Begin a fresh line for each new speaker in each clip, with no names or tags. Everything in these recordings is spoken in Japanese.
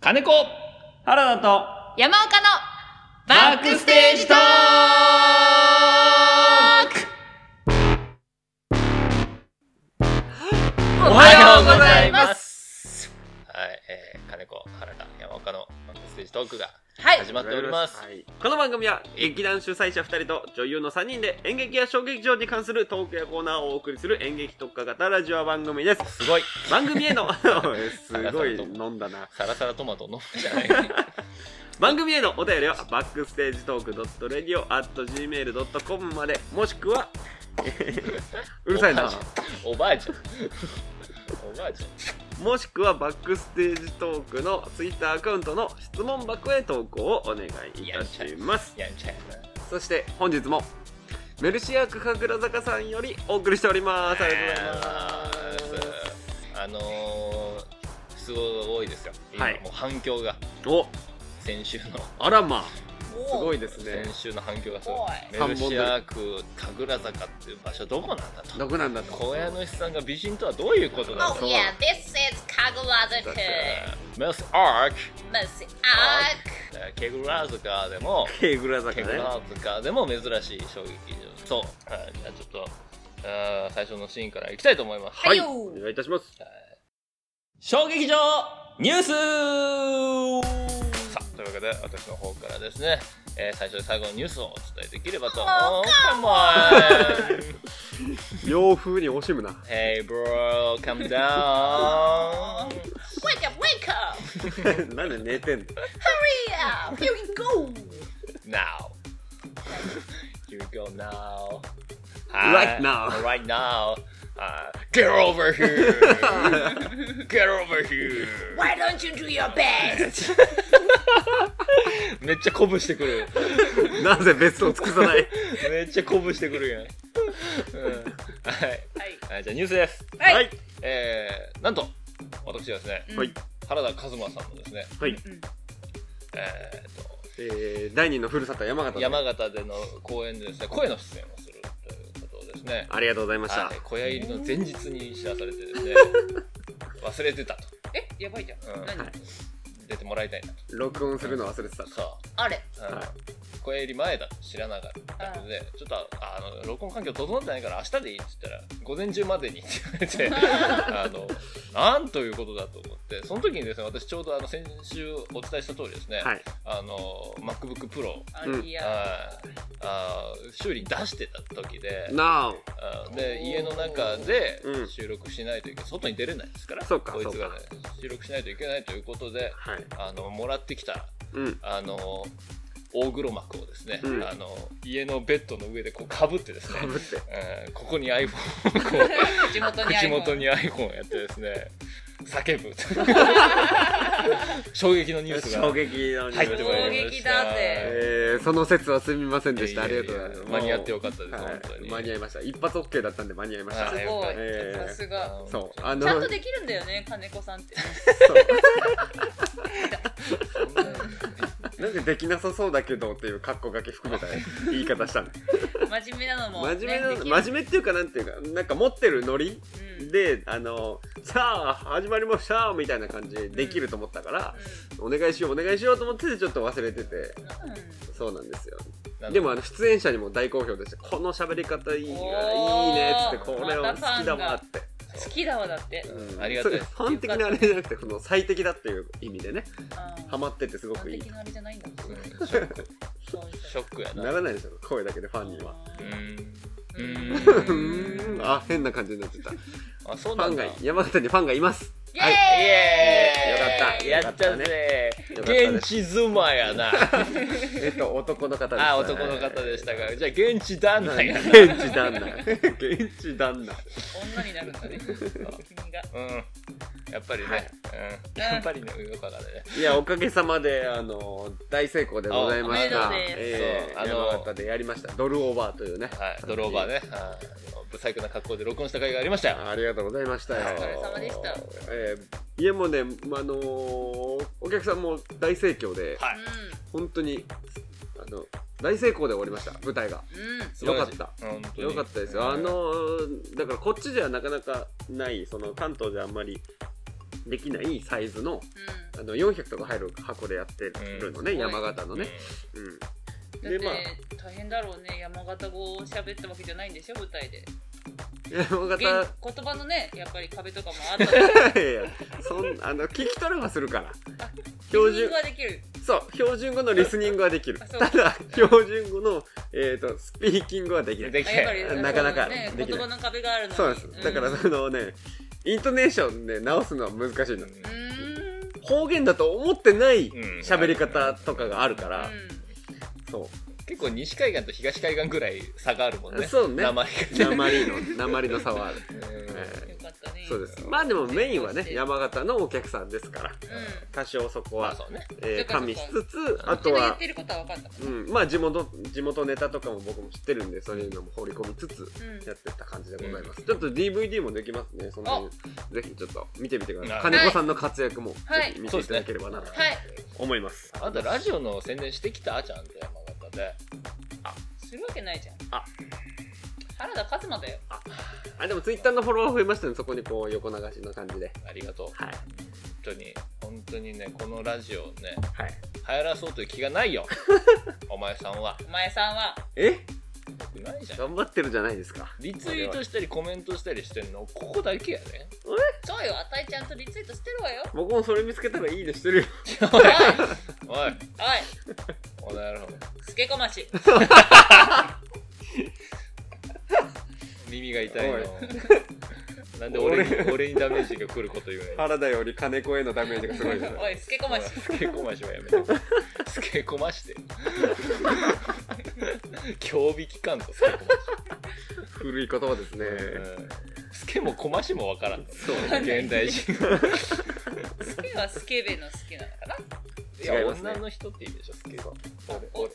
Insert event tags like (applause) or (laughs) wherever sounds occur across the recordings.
金子
原田と
山岡の
バックステージトーク
お
お
はようございます
はい、えー金子、原田、山岡のバックステージトークが
はい
始まっております。
はいこの番組は劇団主催者2人と女優の3人で演劇や小劇場に関するトークやコーナーをお送りする演劇特化型ラジオ番組です (laughs)
すごい
番組へのすごい飲んだな
サラサラトマト飲むじゃない
(laughs)
は
番組へのお便りはバックステージトーク .radio.gmail.com までもしく (laughs) はうるさいな
おばあちゃん。おばあちゃん。
もしくはバックステージトークのツイッターアカウントの質問箱へ投稿をお願いいたします
やんちゃや
そして本日もメルシア区神楽坂さんよりお送りしておりますありがとうございます
な。あのー、すごい多いですよ。今
はい
もう反響が、
お
先週の。
あらますあすごいですね
先週の反響がすごい。
お
メル
い
シア区神楽坂っていう場所どこなんだと。
どこなんだと
小屋主さんが美人とはどういうことだ
Oh
と。
yeah, this is Kagurazaku
メスアーク
Must Ark
えーケグラズカでも
神楽
ケ
坂
グ
ね
ラズカでも珍しい衝撃場そうはいじゃあちょっとあー最初のシーンからいきたいと思います
は
はいいお願いいたします
衝撃場ニュースさあというわけで私の方からですね、えー最初で最後のニュースをお伝えできればと思うカモン
洋風に惜しむな
Hey bro, come down
Wake up, wake
(laughs)
up
なんで寝てんの
Hurry up Here we go
now. (laughs) Here we go now.
Right now.
Right now. Uh, get over here.
(laughs)
get over here.
Why don't you do your best?
めっちゃ鼓舞してくる。
なぜベストを尽くさない
めっちゃ鼓舞してくるやん。うんはい
はい
はい。じゃあニュースです。
は
はいい
えー、なんと、私はですね、
はい
原田和馬さんのですね、
は
え
い
ーと、
えー第二のふるさと山形で
山形での公演でですね、声の出演をするということをですね、
ありがとうございました
はい小屋入りの前日に知らされて
(laughs)
ですね忘れてたと
え、やばいじゃん
うん
何
出てもらいたいなと
録音するの忘れてた
そ
あれ
う、うん
はい
小屋入り前だと知らなかったのでちょっとああの録音環境整ってないから明日でいいって言ったら午前中までにって
(laughs)
言われてあのなんということだと思ってその時にですね私ちょうどあの先週お伝えした通りですね、
はい
あの MacBookPro
あ
うん
いや
修理に出してた時で
なあ
あで家の中で
うん
収録しないといけない、外に出れないですから
そうか
こいつが、ね
そ、
収録しないといけないということで
はい
あのもらってきた
うん
あの大黒幕をですね、
うん
あの家のベッドの上でこうかぶってですね
か、ぶって
うんここに iPhone をこ
地元
う
に
口
あ
元
に
に iPhone やってですね叫ぶ衝撃のニュースが
衝撃のニュ
入っ
ー
て
ス
まいりま
衝撃
した
だぜ
えーその説はすみませんでし
い
た。あ
やい
り
や
が
いや
とうございます。
間に合ってよかったです
もう
本当に
間に合いました。一発 OK だったんで間に合いました。
は
す
い
ご
え
い
ー
さすが
そう。あの
ちゃんとできるんだよね、金子さ
(laughs)
んって
そうなんでできなさそうだけどっていうカッコがけ含めた言い方し
(laughs)
たの。
真面目なのもね
真面目
できる
な真面目っていうかなんていうかなんか持ってるノリ
うん
であのさあ始まりましたみたいな感じでできると思ったから、お願いしようお願いしようと思っててちょっと忘れてて。
うん
そうなんですよ
なん
でもあの出演者にも大好評でしたこの喋り方いい
お
わ
ー
いいねっつってこれを好きだわって
好きだわだって
うん
ありがたい
それファン的なあれじゃなくてこの最適だっていう意味でね
うん
ハマっててすごくいい
的なあれじゃないんだ
うんショック
そう
ショックやな
ならないでしょ声だけでファンには
う
う
う
ーん
ーんあ変な感じになっちゃったフ
あそうな
ァ
ん
ン
だ
が山形にファンがいます
イ
はい
イ
エーイ
エーイ
よ
や
か
っ
ったた
ぜ
よかったね
現地妻やな
えっと男の方です
あ男の方でしたがじゃあ現地旦那やな
現地旦那現地旦那
女になるんだね君が
うんやっぱりね、
はい
うん、やっぱりねよかったね
いやおかげさまであの大成功でございまし
あお
た
めでとうです
え
そうあ
ー
の
山形でやりましたドルオーバーというね
はいドローバーねあの不細工な格好で録音した回がありましたよ
ありがとうございましたよ。
お疲れ様でした
えー家もね、まあのーお客さんも大盛況で、
は
本当にあの大成功で終わりました舞台が。
うんうん
素晴らしい
よか
本当に
よかったですよ。あのーだからこっちではなかなかないその関東じゃあんまりできないサイズの
う
あの400とか入る箱でやってるのね、
うん
山形のね、うん、で
ん。だ
ま
っ
あ
て大変だろうね山形語を喋ったわけじゃないんでしょ舞台で
山
言
形
言葉のねやっぱり壁とかもあ
(laughs)
ったから
いやいやそんあの聞き取れはするから
あ
標
リスニン
準
グはできる
そう標準語のリスニングはできる
あそう
ただ標準語の、えー、とスピーキングはで
う。
きなんい
でき
あ
へ
やっ
ん
(laughs)
ぱ
な
り
かなか
ね
できない
言葉の壁があるのに
そうなんですだから
う
そのねイントネーションで直すのは難しいの
うん
ーん
方言だと思ってない
うん
喋り方とかがあるから、そ
結構西海岸と東海岸ぐらい差があるもんね。
そうね
名前
う鉛の (laughs) 鉛の差はある、
が。
うんよかったね
そうですまあでもメインはね山形のお客さんですから
うん
多少そこ
ま
は
あ、そうね。
えー加味しつつあ
あと
と
は言っ
は
てることは分かったか
うん、まあ地元地元ネタとかも僕も知ってるんでそういうのも放り込みつつ
らうん
やってった感じでございます、ちょっと DVD もできますねそのぜひちょっと見てみてください
はい
金子さんの活躍もぜ
はい
ひ見ていただければなと
はい
思います,、
あんたラジオの宣伝してきたちゃんって山形で。
するわけないじゃん
あ
原田一馬だよ
あでもツイッターのフォロワー増えましたねそこにこう横流しの感じで
ありがとう。
はい
本当に、本当にね、このラジオをね、
はい
流行らそうという気がない
(laughs)
よ。お前さんは。
お前さんは
え
よくないじゃん。
頑張ってるじゃないですか
リツイートしたりコメントしたりしてるの、ここだけやね。
そうよあたいちゃんとリツイートしてるわよ
僕もそれ見つけたらいいでしてるよ (laughs)
おい
おいおい
おい、この野郎。
すけこまし
耳が痛いの
おい。
(laughs) なんで俺に俺にダメージが来ること言うの
原田より金子へのダメージがすご
(laughs)
いですね
おいすけこまし
スケコマシはやめて。スケコマシて。 (laughs) 競技期間とスケコ
古い言葉ですね、
マシ。うんスケもコマシもわからん。
そう
現代人。
すけはすけべのすけなのかない
や、
違いますね
女の人って意味でしょ、スケが。俺
お
俺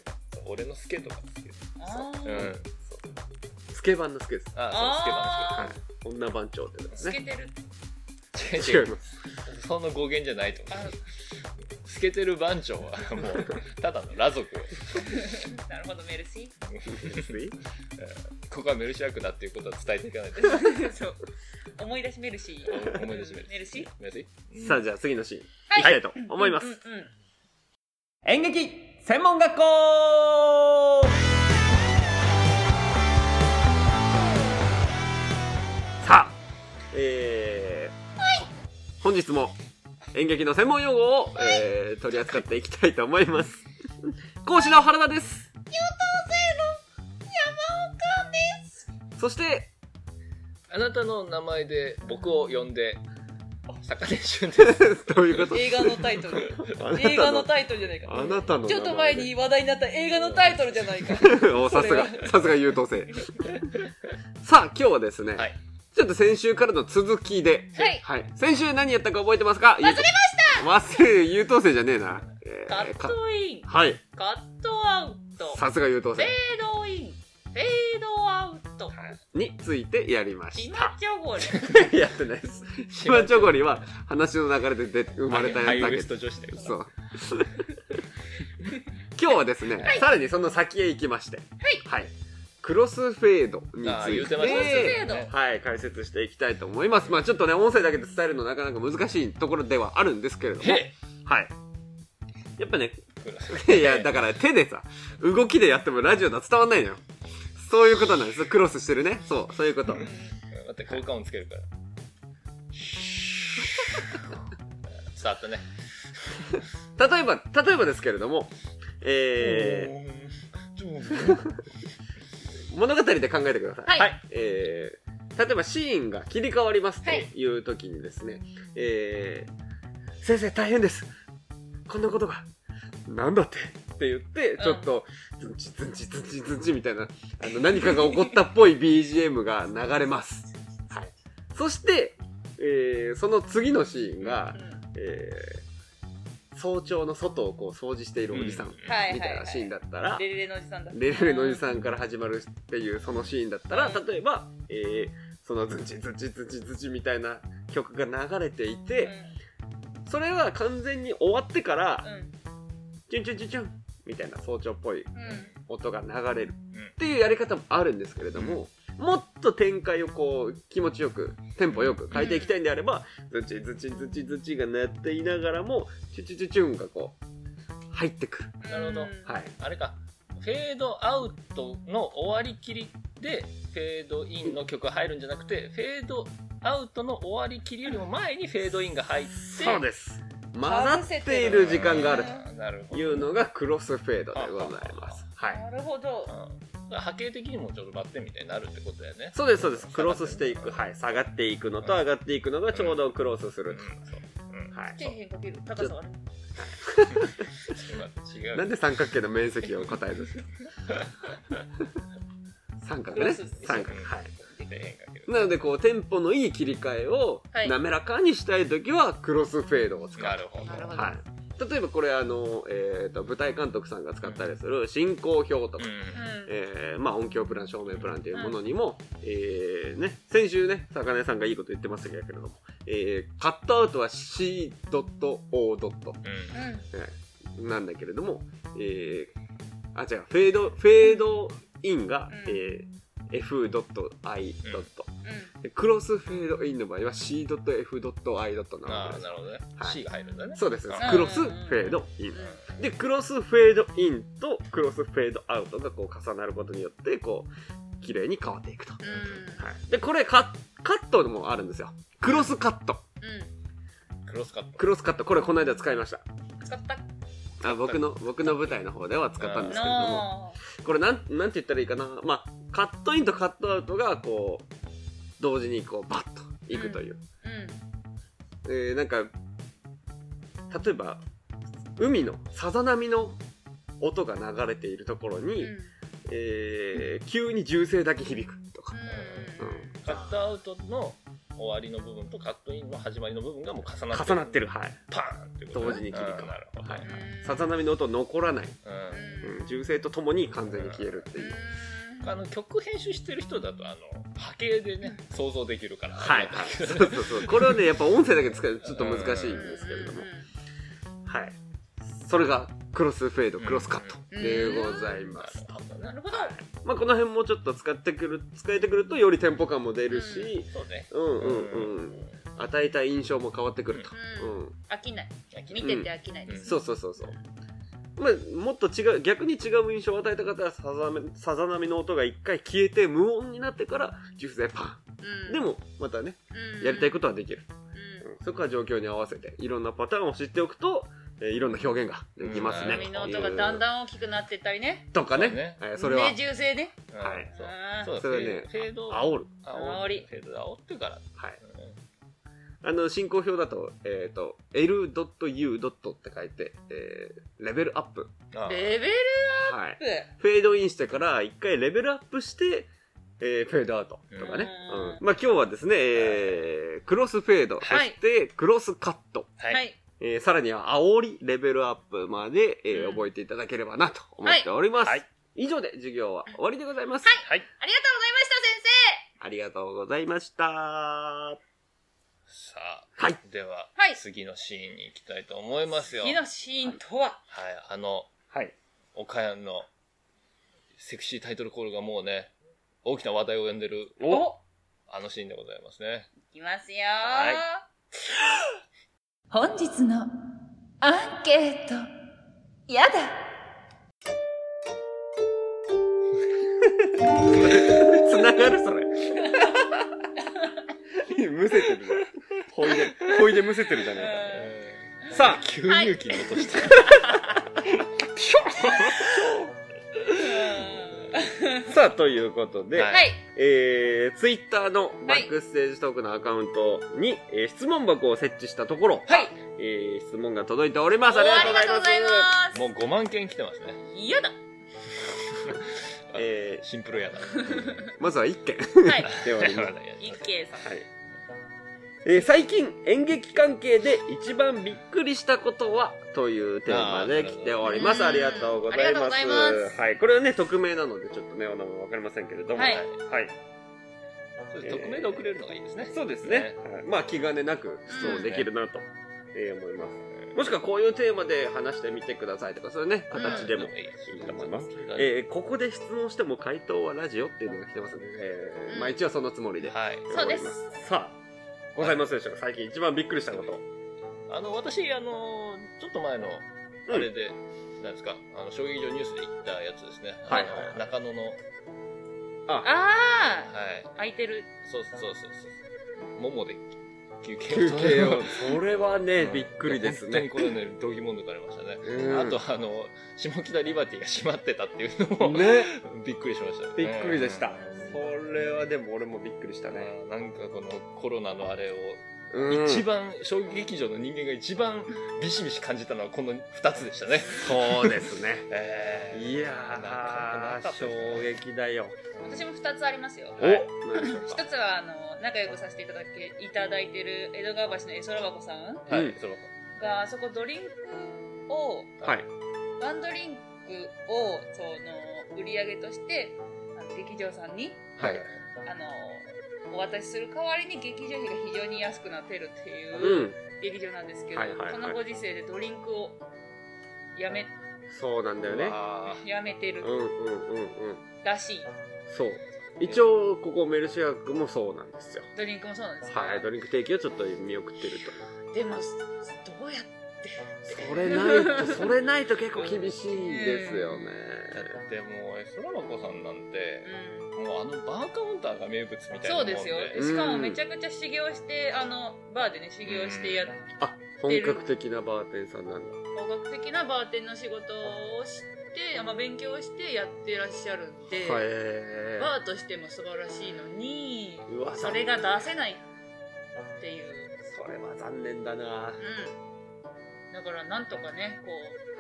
俺のスケとかスケ。
あ
う
ー
ん。そう
スケバンのスケです
あ
は
あ
い女番長ってことです
すけ
ね
てる
あ、そう、スケバンスケ。
違
違
いうま
違
す
う。その語源じゃないと思
あ
う。スケてる番長は、もう、ただの裸族。
なるほどメルシ
(laughs)
(laughs)
ここはメルシアクだっていうことは伝えていかないと。
ーそう思い出しメルシー
思い出しめる。
メルシー
メルシー
さあじゃあ次のシーン、
はい
い、きたいと思います、
うんうんうん
演劇専門学校さあえー本日も演劇の専門用語を、えー取り扱っていきたいと思います講師の原田です優等生の山岡です
あなたの名前で僕を呼んで、坂根俊です。
そして (laughs) どういうこと
映画のタイトル
あなたの
映画のタイトルじゃないか
あなたの名前で
ちょっと前に話題になった映画のタイトルじゃないか
(laughs) おさすが
それ
さすが優等生 (laughs) さあ今日はですね、
はい
ちょっと先週からの続きで、
はい
先週何やったか覚えてますか忘れました忘れる優等生じゃねえな、え
カ
ー
ットイン
かはい
カットアウト
さすが優等
フェ
生
ードインフェードアウト
についてやりまし
島
た
チョゴリ
(laughs) やってないです島チョゴリは話の流れで出て生まれた
ハイ
や
ハイ
つだ
ウエ
け
スト女子だよ。
そう今日はですね、さらにその先へ行きましてはい、クロスフェードにつ
ああ、言
いうて
てました
えー
はい、解説していきたいと思います。まあちょっとね、音声だけで伝えるのなかなか難しいところではあるんですけれども、
へ
はい。やっぱね、い
え
や、だから手でさ、動きでやってもラジオだと伝わんないのよ。そういうことなんです。クロスしてるね。そう、そういうこと。
待って、効果音つける
(laughs)
から。伝わったね。
例えば、例えばですけれども、えー、物語で考えてください。
はい
えー、例えばシーンが切り替わりますと
はい
いう時にですね、えー、先生大変ですこんなことがなんだってって言って、
ん
ちょっと、ズンチズンチズンチズンチみたいな、あの、何かが起こったっぽい BGM が流れます。はい。そして、えー、その次のシーンが、えー、早朝の外をこう掃除しているおじさん、
うん
はい
み
は
たい
いは
なシーン
い
だったら、
レレレのおじさんだ
レベルのおじ
ん
さんから始まるっていうそのシーンだったら
うん
例えば、えーそのズチズチズチズチみたいな曲が流れていてそれは完全に終わってから
うん
チュンチュンチュンチュンみたいな早朝っぽい
うん
音が流れるっていうやり方もあるんですけれどももっと展開をこう気持ちよくテンポよく変えていきたいんであれば、ズチズチズチズチが鳴っていながらもチュチュチュチュンがこう入ってくる
なるほど
うん
はい
あれかフェードアウトの終わりきりでフェードインの曲が入るんじゃなくてフェードアウトの終わりきりよりも前にフェードインが入って
そうです混ざっている時間がある
あーなるほ
と
ど、
いううのがクロスフェードでございますはい
なるほど。
ん、だから波形的にもちょうどバッテンみたいになるってことだよね
そうですそうですクロスしていくはい下がっていくのと上がっていくのがちょうどクロスする
うん
はい
底辺かける高さはね。
そう違う
なんで三角形の面積を答えるんですか三角
クロ
ね
スですよ
三角はい
底辺かける
なのでこうテンポのいい切り替えを
はい
滑らかにしたい時はクロスフェードを使う、
な
は
るほど
なるほ
い
ど
例えばこれあの、えー、と舞台監督さんが使ったりする進行表とか、
う
えーまあ、音響プラン照明プランというものにも、えーね、先週ね坂根さんがいいこと言ってましたけれども、えーカットアウトは C.O.
んうん
うん。うん。
なんだけれども、えー、あ違うフェードフェードインが、
うん
えー F.I.
う
でクロスフェードインの場合は C.F.I.
あ
なの
あ
で
なるほどね、
はい
C が入るんだね
そうです
うん
クロスフェードイン
ん。
でクロスフェードインとクロスフェードアウトがこう重なることによってこう綺麗に変わっていくと、
うん。
はい、でこれカカットもあるんですよクロスカット
う
クロスカット
クロスカットこれこの間使いました
ん。使った。
あ僕の僕の舞台の方では使ったんですけれども
の。
これなんなんて言ったらいいかなまあカットインとカットアウトがこう同時にこうバッといくという
うん。
えーなんか例えば海のさざ波の音が流れているところに、
うん。
えー急に銃声だけ響くとか、
う
カットアウトの終わりの部分とカットインの始まりの部分がもう重なって
重なってるはい
パーンってことね
同時に切り替わる
うんなるほどね、
はい
ん。
さざ波の音残らない、
うん
うん銃声とともに完全に消えるって
う
い
ん
う、。
あの曲編集してる人だとあの波形でね想像できるから、 (laughs)
はいはいそうそうそうこれはねやっぱ音声だけ使うとちょっと難しいんですけれども
うんうんうん
はいそれがクロスフェードクロスカット
うん
でござい
な
ます
るほど
な
ね
るほど。
まあこの辺もちょっと使ってくる使えてくるとよりテンポ感も出るし、
そうね
うんうんうん与えた印象も変わってくると、
う。
うんん
飽きない。
焼き
見
肉
てて飽きないです。
そうそうそうそう、まあ、もっと違う逆に違う印象を与えた方はさざめさざ波の音が一回消えて無音になってからジュースでパ
う
ン
ん
で、もまたね
うん
やりたいことはできる、
うん
うんそこは状況に合わせていろんなパターンを知っておくと、えーいろんな表現ができますね、
うん
波の音がだん
ん
だん大きくなってったりね。
とかね
そうね
えーそれは、
ね、銃声ね。
うん
はい
そう
あー
そうだ
それはね
フェード
煽る、
煽
煽り
フェードで煽ってから、
はい、あの進行表だと,、えー、と L.U. って書いて、えーレベルアップ、
あー
レベル
はい
アッ、プ。
フェードインしてから一回レベルアップして、えーフェードアウトとかね。
う
うんんまあ今日はですね、えークロスフェード、
はい
そしてクロスカット、
はい、
はい。
えーさらには煽りレベルアップまで、えー
うん
覚えていただければなと思っております。
はい
以上で授業は終わりでございます。
はい、
ありがとうございました、先生
ありがとうございました。は
さあ
はい
では、
はい
次のシーンに行きたいと思いますよ
次のシーンとは、
はい、あの、
い。
岡山のセクシータイトルコールがもうね、大きな話題を呼んでる、
お
あのシーンでございますね。
いきますよ、
はい
本日のアンケートやだ
つながるそれ。 (laughs) むせてるじゃん。ほいで、ほいでむせてるじゃないか。さあ、
吸入器に落として、
さあ、ということで、
はい
はい。
えー、ツイッターのバックステージトークのアカウントに、えー質問箱を設置したところ、
はい。
えー、質問が届いております。
お
ありが
あ
とう
り
ござ
が
い
とうご
ます
ざい。ます。
もう5万件来てますね。
嫌だ。
え
シンプルやな。
ー、まずは1件
はい。
(laughs)
ではあり
(laughs)
ます。
一慶さん。
はいえー最近演劇関係で一番びっくりしたことはというテーマで来ております。
あー
ありがとうございます。
ありがとうございます
はい、これはね匿名なのでちょっとねお名前わかりませんけれども、
はい
はい
そうです匿名で送れるのがいいですね。
そうですね。はいまあ気兼ねなく質問できるなと、えー思います。
うん
もしくはこういうテーマで話してみてくださいとか、それね、形で
い
も。いと思いますえーここで質問しても回答はラジオっていうのが来てますので、えー
うん
まあ一応そのつもりで。
はい。
そうです
さあ、ございますでしょうか最近一番びっくりしたこと。
あの、私、あの、ちょっと前の、あれで、なんですか、あの、将棋場ニュースで言ったやつですね。
はい
あの中野の、はい。
ああ空いてる
そうそうそうそう。ももで休憩
休
を (laughs)
憩を。それはね、
うん
びっくりです
本当に
ね。
これね、度肝抜かれましたね。
うん
あと、あの、下北リバティが閉まってたっていうのも、
ね、
びっくりしましたね。
びっくりでした。
うん
それはでも俺もびっくりしたね。
あーなんかこのコロナのあれを、
うん
一番、将棋劇場の人間が一番ビシビシ感じたのはこの2つでしたね。
そうですね。
えー
い
なかな
や
か
ー、
ですね
衝撃だよ。
私も2つありますよ
はい
お何でしょう
一
か
つはあの仲良くさせていただけいただいてる江戸川橋の絵空箱さん
は
うん
い、その
があそこドリンクを
はい。
ワンドリンクをその売り上げとしてあの劇場さんに
はい。。
あのお渡しする代わりに劇場費が非常に安くなってるっていううん劇場なんですけど、
はいはいはい
このご時世でドリンクをやめ
そうなんだよね。
あ
やめてる
うんうんうんうん。
らしい
そう。一応、ここメルシア区もそうなんですよ。
ドリンクもそうなんですけど、
はい、ドリンク提供ちょっと見送ってると。
でもどうやって
それない
(laughs)
と、それないと結構厳しいですよね。
ーでも、えそらまこさんなんて、
うん
もうあのバーカウンターが名物みたいなもん
そうですよ
うん
しかもめちゃくちゃ修行してあのバーでね修行してやっ
あ、本格的なバーテンさんなんだ。
法学的なバーテンの仕事をして、まあ、勉強してやってらっしゃるんで、
へ
バーとしても素晴らしいのに
ー。うわ、
それが出せないっていう、
それは残念だな。は
うん、だからなんとかねこ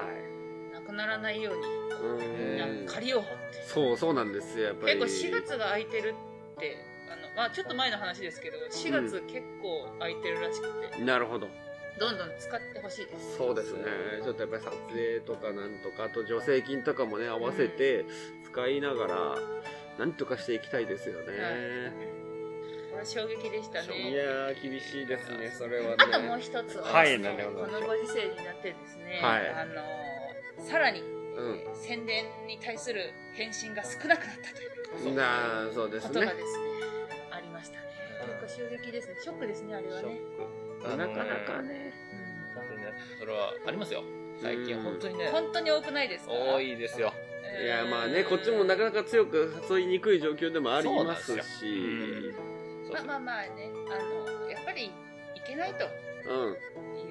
い。
うなくならないように
う
うん
ん。
借りようっ
そう、そうなんですよ、やっぱ
て
り。
結構4月が空いてるってあの、まあ、ちょっと前の話ですけど4月結構空いてるらしくて、
なるほど。
どんどん使ってほしいです
そうですね。ちょっとやっぱり撮影とかなんとか、あと助成金とかもね、合わせて使いながら、なんとかしていきたいですよね。
これ衝撃でしたね
いやー、厳しいですね、それはね。
あともう一つは、
はい
その
なるほど
このご時世になってですね、
はい
あのさらに、えー宣伝に対する返信が少なくなったという
なあそうで
こ
す
と
ね
が。ですねありましたね結構衝撃ですねショックですねあれは
ショ
ね
ック。あ
な
の
か
ね
なかね。
それねそれはありますよ。最近本当に
う
ね
ん、本当に多くないですか
多いですよ。
いやまあね、こっちもなかなか強く誘いにくい状況でもありますし、
う
まあまあまあねあのやっぱりいけないと
うん、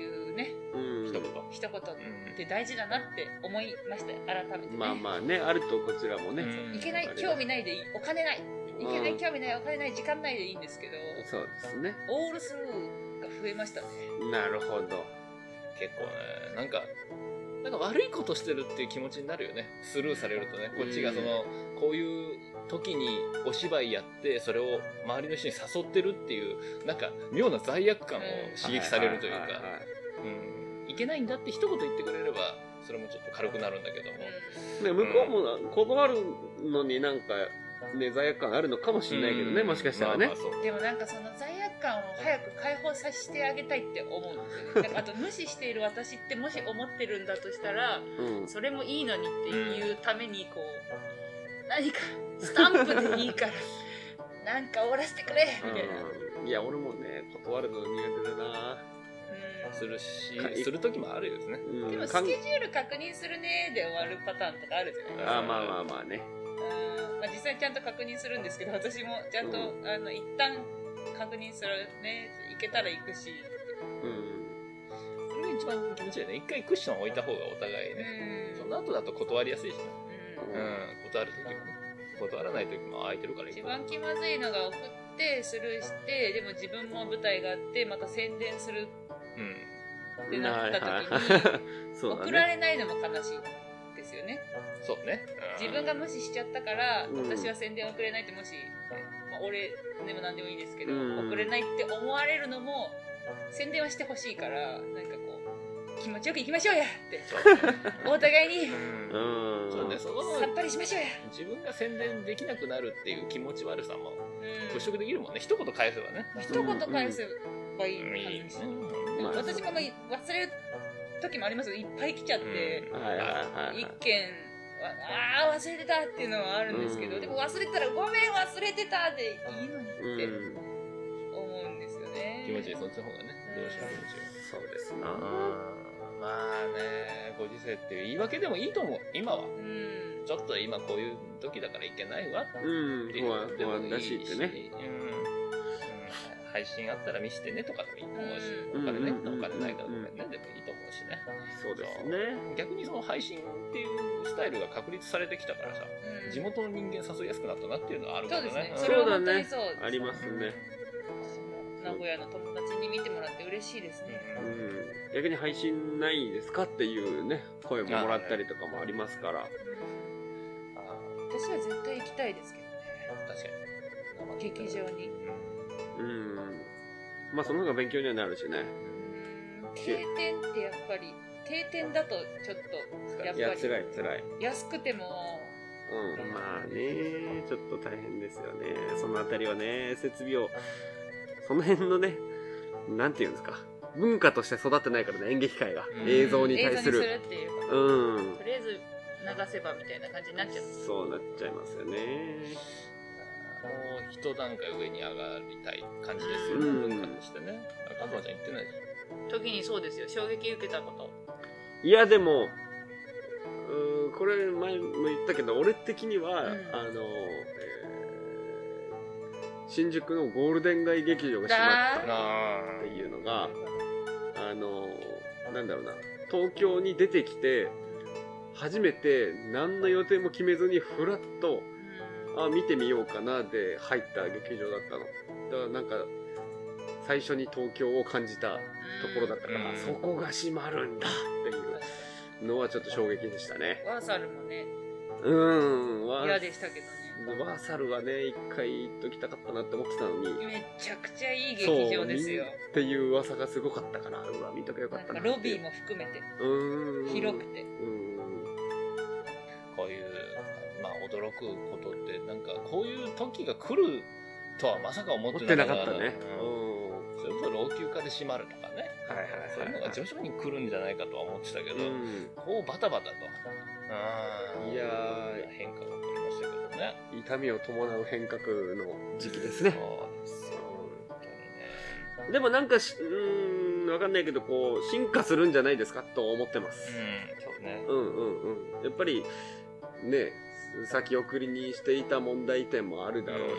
いうね
うん、
一言。
一言っ
うん
て大事だなって思いました改めてね、
まあまあね、あるとこちらもね、
うん
いけない興味ないでいいお金ないいけない興味ないお金ない時間ないでいいんですけど
そうですね。
オールスルーが増えましたね
なるほど。
結構ねなんかなんか悪いことしてるっていう気持ちになるよねスルーされるとねこっちがそのこういう時にお芝居やってそれを周りの人に誘ってるっていうなんか妙な罪悪感を刺激されるという
は
か
ははは
うんいけないんだって一言言ってくれればそれもちょっと軽くなるんだけども
ね、向こうもな断るのになんか、ね、罪悪感あるのかもしれないけどね、
うん
もしかしたらね。
まあまあそう
でもなんかその罪悪感を早く解放させてあげたいって思うんですよねなんかあと無視している私ってもし思ってるんだとしたら
うん
それもいいのにっていうためにこう何かスタンプでいいからなんか終わらせてくれみたいな、
うんいや、俺もね、断るの苦手だな。
す
う
る
かい
しする時もあるよですね
うん
ん、でもス
かん
ケジュール確認するねーで終わるパターンとかあるじゃないですか
あまあまあまあね。
うんまあ、実際ちゃんと確認するんですけど私もちゃんと、あの一旦確認するね行けたら行くし、
うん。
それが一番気持ちいいよね一回クッション置いた方がお互いね
うん
その後だと断りやすいしね
う
うん断る時もね断らない時も空いてるから
ん、
いい
一
かな
番気まずいのが送ってスルーしてでも自分も舞台があってまた宣伝する
うん
ってなった時に
はい (laughs) はいそうだ
送ら
ね。
れないのも悲しいですよね
そうね。
自分が無視しちゃったから、
うん
私は宣伝送れないってもし、まあ、俺でも何でもいいですけど、
うん
送れないって思われるのも宣伝はしてほしいからなんかこう気持ちよく行きましょうやってお互いに
う
うん
ん。
そうね、そこ
さっ
の
ぱりしましょうや、
自分が宣伝できなくなるっていう気持ち悪さも
うん
払拭できるもんね。一言返せばね。
一言返せばいい
うんいい
話、
ね。
まあ
私もまあ忘れ時もありますよいっぱい来ちゃって、
はいはいはい
一件わあー忘れてたっていうのはあるんですけど、
うん
でも忘れてたらごめん忘れてたでいいのにっ
う
て
ん
思うんですよね、
気持ちいいそっちの方がねどうしても気持ちいい
そうですな
まあねご時世っていう言い訳でもいいと思う今は
うん
ちょっと今こういう時だからいけないわ
うん
っていう
不
の
安
で
不
もい
安だしってね
うんうん配信あったら見せてねとかでもいいと思うし、
うん
お金ね、
うん
お金ないからごめん
うん
ね、でもいいと思うしね。
そうですね
逆にその配信っていうスタイルが確立されてきたからさ、
うん
地元の人間誘いやすくなったなっていうのはあるか
そ
も
うですね
ね。
それは
うん
本当にそう
ありますね
名古屋の友達に見てもらって嬉しいですね
うん逆に配信ないですかっていうね声ももらったりとかもありますから
あ
私は絶対行きたいですけどね
ー確かに。
劇場に
うんまあその方が勉強にはなるしね
うん定点ってやっぱり定点だとちょっとやっ
いや
ぱ
辛
り
い辛い
安くても
うんまあねちょっと大変ですよねそのあたりはね設備をその辺のねなんていうんですか文化として育ってないからね演劇界が
うん
映像に
映
対
像
す
にす
る
るっていうか
うん
とりあえず流せばみたいな感じになっちゃう
そうなっちゃいますよね
もう一段階上に上がりたい感じですよ
う
ね、
ん
文化としてね。あカズマちゃん言ってないじ
時にそうですよ衝撃受けたこと
いやでもうーんこれ前も言ったけど俺的には、
うん
あの、えー新宿のゴールデン街劇場が閉ま
ゃん。
った
な
っていうのがあのなんだろうな東京に出てきて初めて何の予定も決めずにふらっとあ見てみようかなで入った劇場だったのだからなんか最初に東京を感じたところだったから、
うん
そこが閉まるんだっていうのはちょっと衝撃でしたね
ワーサルもね
うーんワ
嫌
ー
でしたけどね
ワーサルはね一回行っときたかったなって思ってたのに
めちゃくちゃいい劇場ですよ
そうみんっていう噂がすごかったからうわ見とけよか
な
っ
ん
た
か
な
ロビー
も
も含めて
うーん
広くて
うー
こういう、まあ驚くことって、なんかこういう時が来るとはまさか思
ん持
っ
ってて
な
な
か
か
っ
ったた
ね。
ね
うんそれこそ老朽化で閉まるとかね、
はいはいはい
そういうのが徐々に来るんじゃないかとは思ってたけど、
うん
こうバタバタと、うん
いやー
変化が起こりましたけどね。
痛みを伴う変革の時期ですね
そうですよ、本当にね。
でもなんかしうーんわかんないけどこう進化するんじゃないですかと思ってます、
うん、そうね。
うんうんうんやっぱりね先送りにしていた問題点もあるだろうし、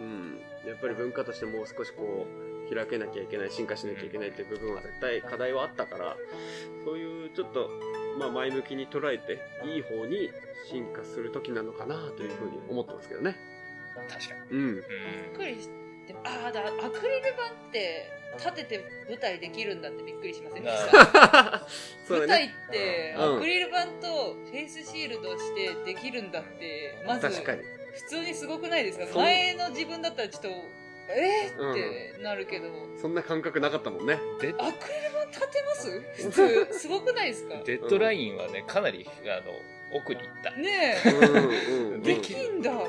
うん、やっぱり文化としてもう少しこう開けなきゃいけない進化しなきゃいけないっていう部分は絶対課題はあったからそういうちょっと、まあ、前向きに捉えていい方に進化する時なのかなというふうに思ってますけどね。
確かに。
うん、
びっくりしてああだアクリル板って立てて舞台できるんだってびっくりしませんでし
な
た
そうだね
舞台って
うん
アクリル板とフェイスシールドしてできるんだってまず
確か
普
に
通にすごくないですか
そう
前の自分だったらちょっとえー、ってなるけど、
そんな感覚なかったもんね。
うんデッ
アクリル板立てます普通すごくないですかね
デッドラインはね、かなり、あの、奥に行った。
う
え
んうん (laughs) ん、
できんだって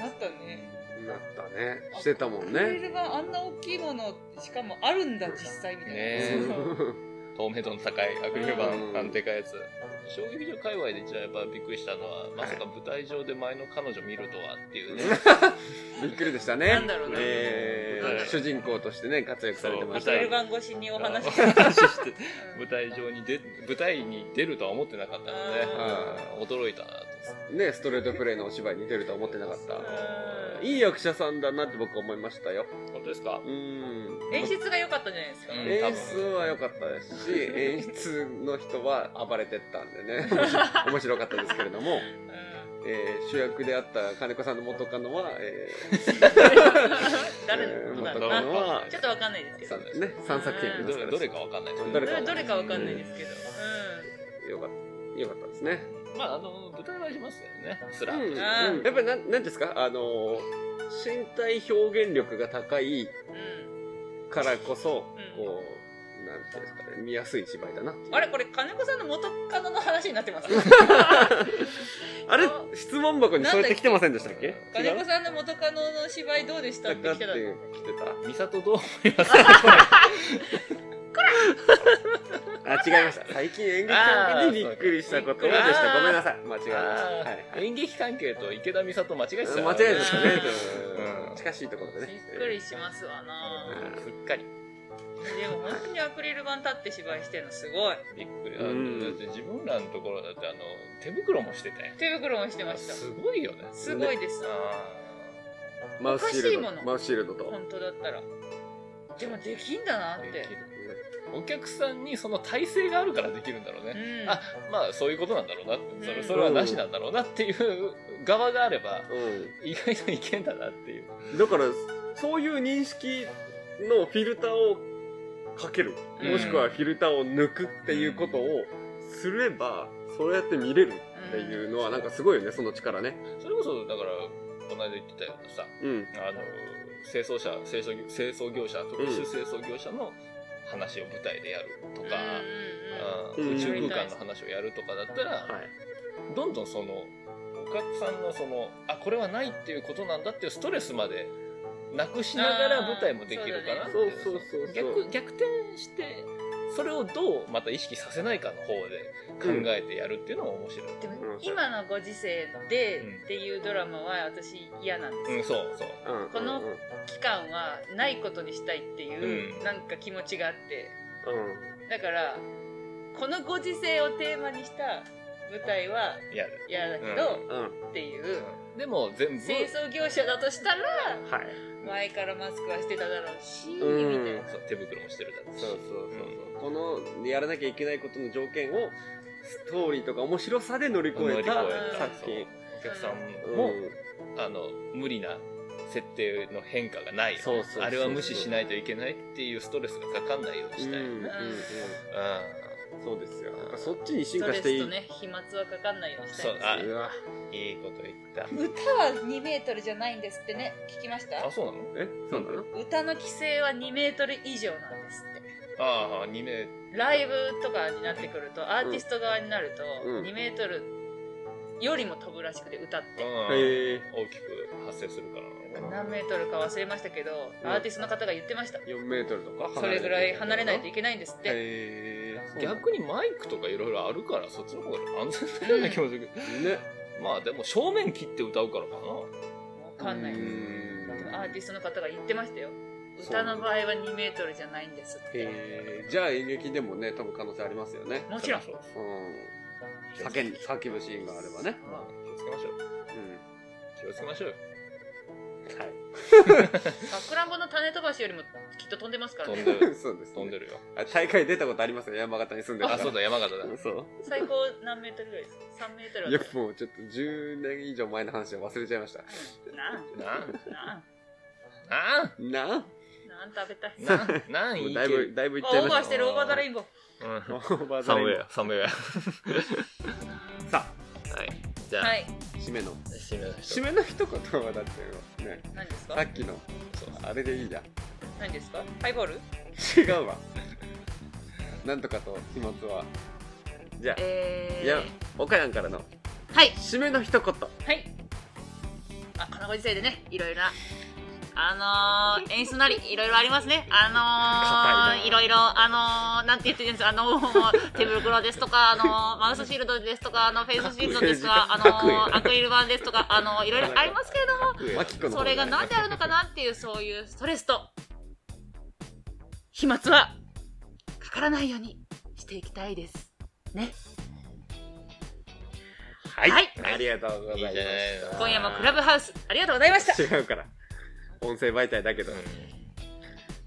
なったね
なったねしてたもん
アクリ
ね。
ル板あんな大きいものしかもあるんだ実際みたいな、
ねえ
そう
透明度の高いアクリル板
うん
なんてかやつ衝撃場界隈でじゃあやっぱびっくりしたのはまさか舞台上で前の彼女見るとはっていうね
(laughs) びっくりでしたね。
なんだろうな
えー
なんだろう
主人公としてね、活躍されてま
ア
し
ク
た。
リル板越しにお話し
お話し
(laughs)
して舞台上に出舞台に出るとは思ってなかったので、うん驚いたなと
ね、ストレートプレイのお芝居に出るとは思ってなかった。いい役者さんだなって僕は思いましたよ。
本当ですか
うん。
演出が良かったんじゃないですか、
うん
演出は良かったですし、演出の人は暴れてったんでね、面白かったですけれども、
うん
えー主役であった金子さんの元カノは、え
誰
え
の
ー
こ
元カ
とだろうな
ノは、
ちょっとわかんないですけど
さね、3作品あり
ど
ます
れ
から
どれかわかんないですけ
どれ
ど
か
れどれかわかんないですけど、
よかった、よかったですね。
まああの舞台はしますよねスラ
う
ッ
ん
として
あ
うんやっぱりなんなんですかあの身体表現力が高い
うんうん
からこそ、
うん
こうなんていうんですかね見やすい芝居だな
あれこれ金子さんの元カノの話になってます
あれ
あ
質問箱にそうやって来てませんでしたっけ
金子
違う
さんの元カノの芝居どうでしたって
だ
来
って
てた
来てた
美里どう思いますか
あ、違いま
(laughs)
した。最近演劇関係でびっくりしたことでした。ごめんなさい。間違えま
あ
した。はい
ー演劇関係と池田美里間違えてた
間違えてましたね
う。ん
近しいところで
び
ね。
っくりしますわな
すっかり
でも本当にアクリル板立って芝居してるのすごい
びっくり
う
だ
ん
って自分らのところだってあの手袋もしてたやん
手袋もしてました
すごいよね
すごいです
あ
マウスシール
おかしいも
ド。
の
マウスシールドと。
本当だったらでもできんだなっ
ーで
て
きるお客さんにその体勢があるからできるんだろうね
うん
あまあそういうことなんだろうなってそれ
うん
それはなしなんだろうなっていう側があれば
う。
意外といけんだなっていうん
だから、そういう認識のフィルターをかける。
うん
もしくはフィルターを抜くっていうことをすれば、そうやって見れるっていうのは、なんかすごいよね、その力ね。
それこそだからこの間言ってたようなさ
うん。
あの清掃者清掃清掃業者特殊清掃業者の話を舞台でやるとか、あ
うん
ー宇宙空間の話をやるとかだったら、
はい。
どんどんそのお客さんのそのあこれはないっていうことなんだっていうストレスまでなくしながら
あー
舞台もできるかなってい
そうだねそうそうそうそう
逆逆転してそれをどうまた意識させないかの方で考えてやるっていうのも面白い、
でも今のご時世でっていうドラマは私嫌なんです
うん
よ、
そうそう
うん
この
うんうん
期間はないことにしたいっていう、
うん
なんか気持ちがあってだからこのご時世をテーマにした舞台は
やる、
嫌だけど、
うん。うん。
っていう
でも全部
清掃業者だとしたら
はい。
前からマスクはしてただろうし、
うん
みたいな
そう手袋もしてるだろうし
そうそうそうそう、このやらなきゃいけないことの条件をストーリーとか面白さで乗り越
乗り
え
越
た
えた
作
そう
品
お客さん
も
も、あの無理な設定の変化がないよね
そうそうそうそう
あれは無視しないといけないっていうストレスがかかんないようにしたい、うん
そうですよそっちに進化し
スト
て
レ
い
ス
い、
とね飛沫はかかんないようにしたいです
そうあ
ね
うわ
いいこと言った
歌は2メートルじゃないんですってね聞きました
あそうなの
えそうなの
歌の規制は2メートル以上なんですって
ああ2名
ライブとかになってくるとアーティスト側になると
うん
2メートルよりも飛ぶらしくて歌って、
うん、
へえ
大きく発生するからなのかな
何メートルか忘れましたけど、
うん
アーティストの方が言ってました
4メートルとか
それぐらい離れないと
い
いけないんですっ
け
て、
へえ
逆にマイクとかいろいろあるからそっちの方が安全なような気もするけど、
ね
(laughs) まあでも正面切って歌うからかな
わかんないですでもアーティストの方が言ってましたよ
そう
歌の場合は2メートルじゃないんですって
へえじゃあ演劇でもね飛ぶ可能性ありますよね
もちろん
そりゃそう
うん叫ん叫ぶシーンがあればね
まあ気をつけましょう
う
気をつけましょうよ
んはい
さくらんぼの種飛ばしよりもきっと飛んでますから
飛ん
ね
でる
(laughs) そうです、
飛んで
ね。
る (laughs) よ
あ大会出たことありますよ、山形に住んでるか
あ
ら。
そうだ山形だ
(laughs) そう。
最高何メートルぐらいですか3メート
いや
ルは、
もうちょっと10年以上前の話は忘れちゃいました。
なん
なん
なん
なん
な
なん食べたい
なん (laughs) なん
あ
いい
だいぶ、
け
だいぶいっ
あ
ちゃい
オー
ま
バ
し
ーしてるオーバーザレインボー
ど、うん
た。オーバー
サ
ザ
ムウ
レイ
ェア、サムウェア。
ンさ
はい。じゃあ、
はい
あ、締めの。
締めまし
締
ょう。
めの一言はだってね、
何です
さ
か
っきの、
そう
あれでいいじゃん。
何ですかハイボール
違うわ。なんとかと飛沫は。じゃ
え
あ、
ー、
いや、岡山からの
はい
締めの一言。
はいあこのご時世でねいろいろなあの
(laughs)
ー、演出なりいろいろありますねあの
硬
ー、い
いな
ろいろあのー、なんて言ってるんですかあの
(laughs)
ー、手袋ですとかあのー、マウスシールドですとかあのフェイスシールドですとかあ
かっこいい
のー、アクリル板ですとかあのー、いろいろありますけれども
マキコの方
それが何であるのかなっていうそういうストレスと飛沫はかからないようにしていきたいですね
はい
はい。
ありがとうございま
いいじゃない
した。
の
今夜もクラブハウスありがとうございました
違うから。音声媒体だけど、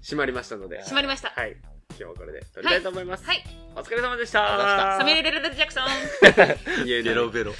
閉まりましたので。
閉まりました
はい。今日はこれで撮りたいと思います。
はい
お疲れ様でした。
ありがとうございま
サメルレルレルジャクソン
いえいえ
ベロ。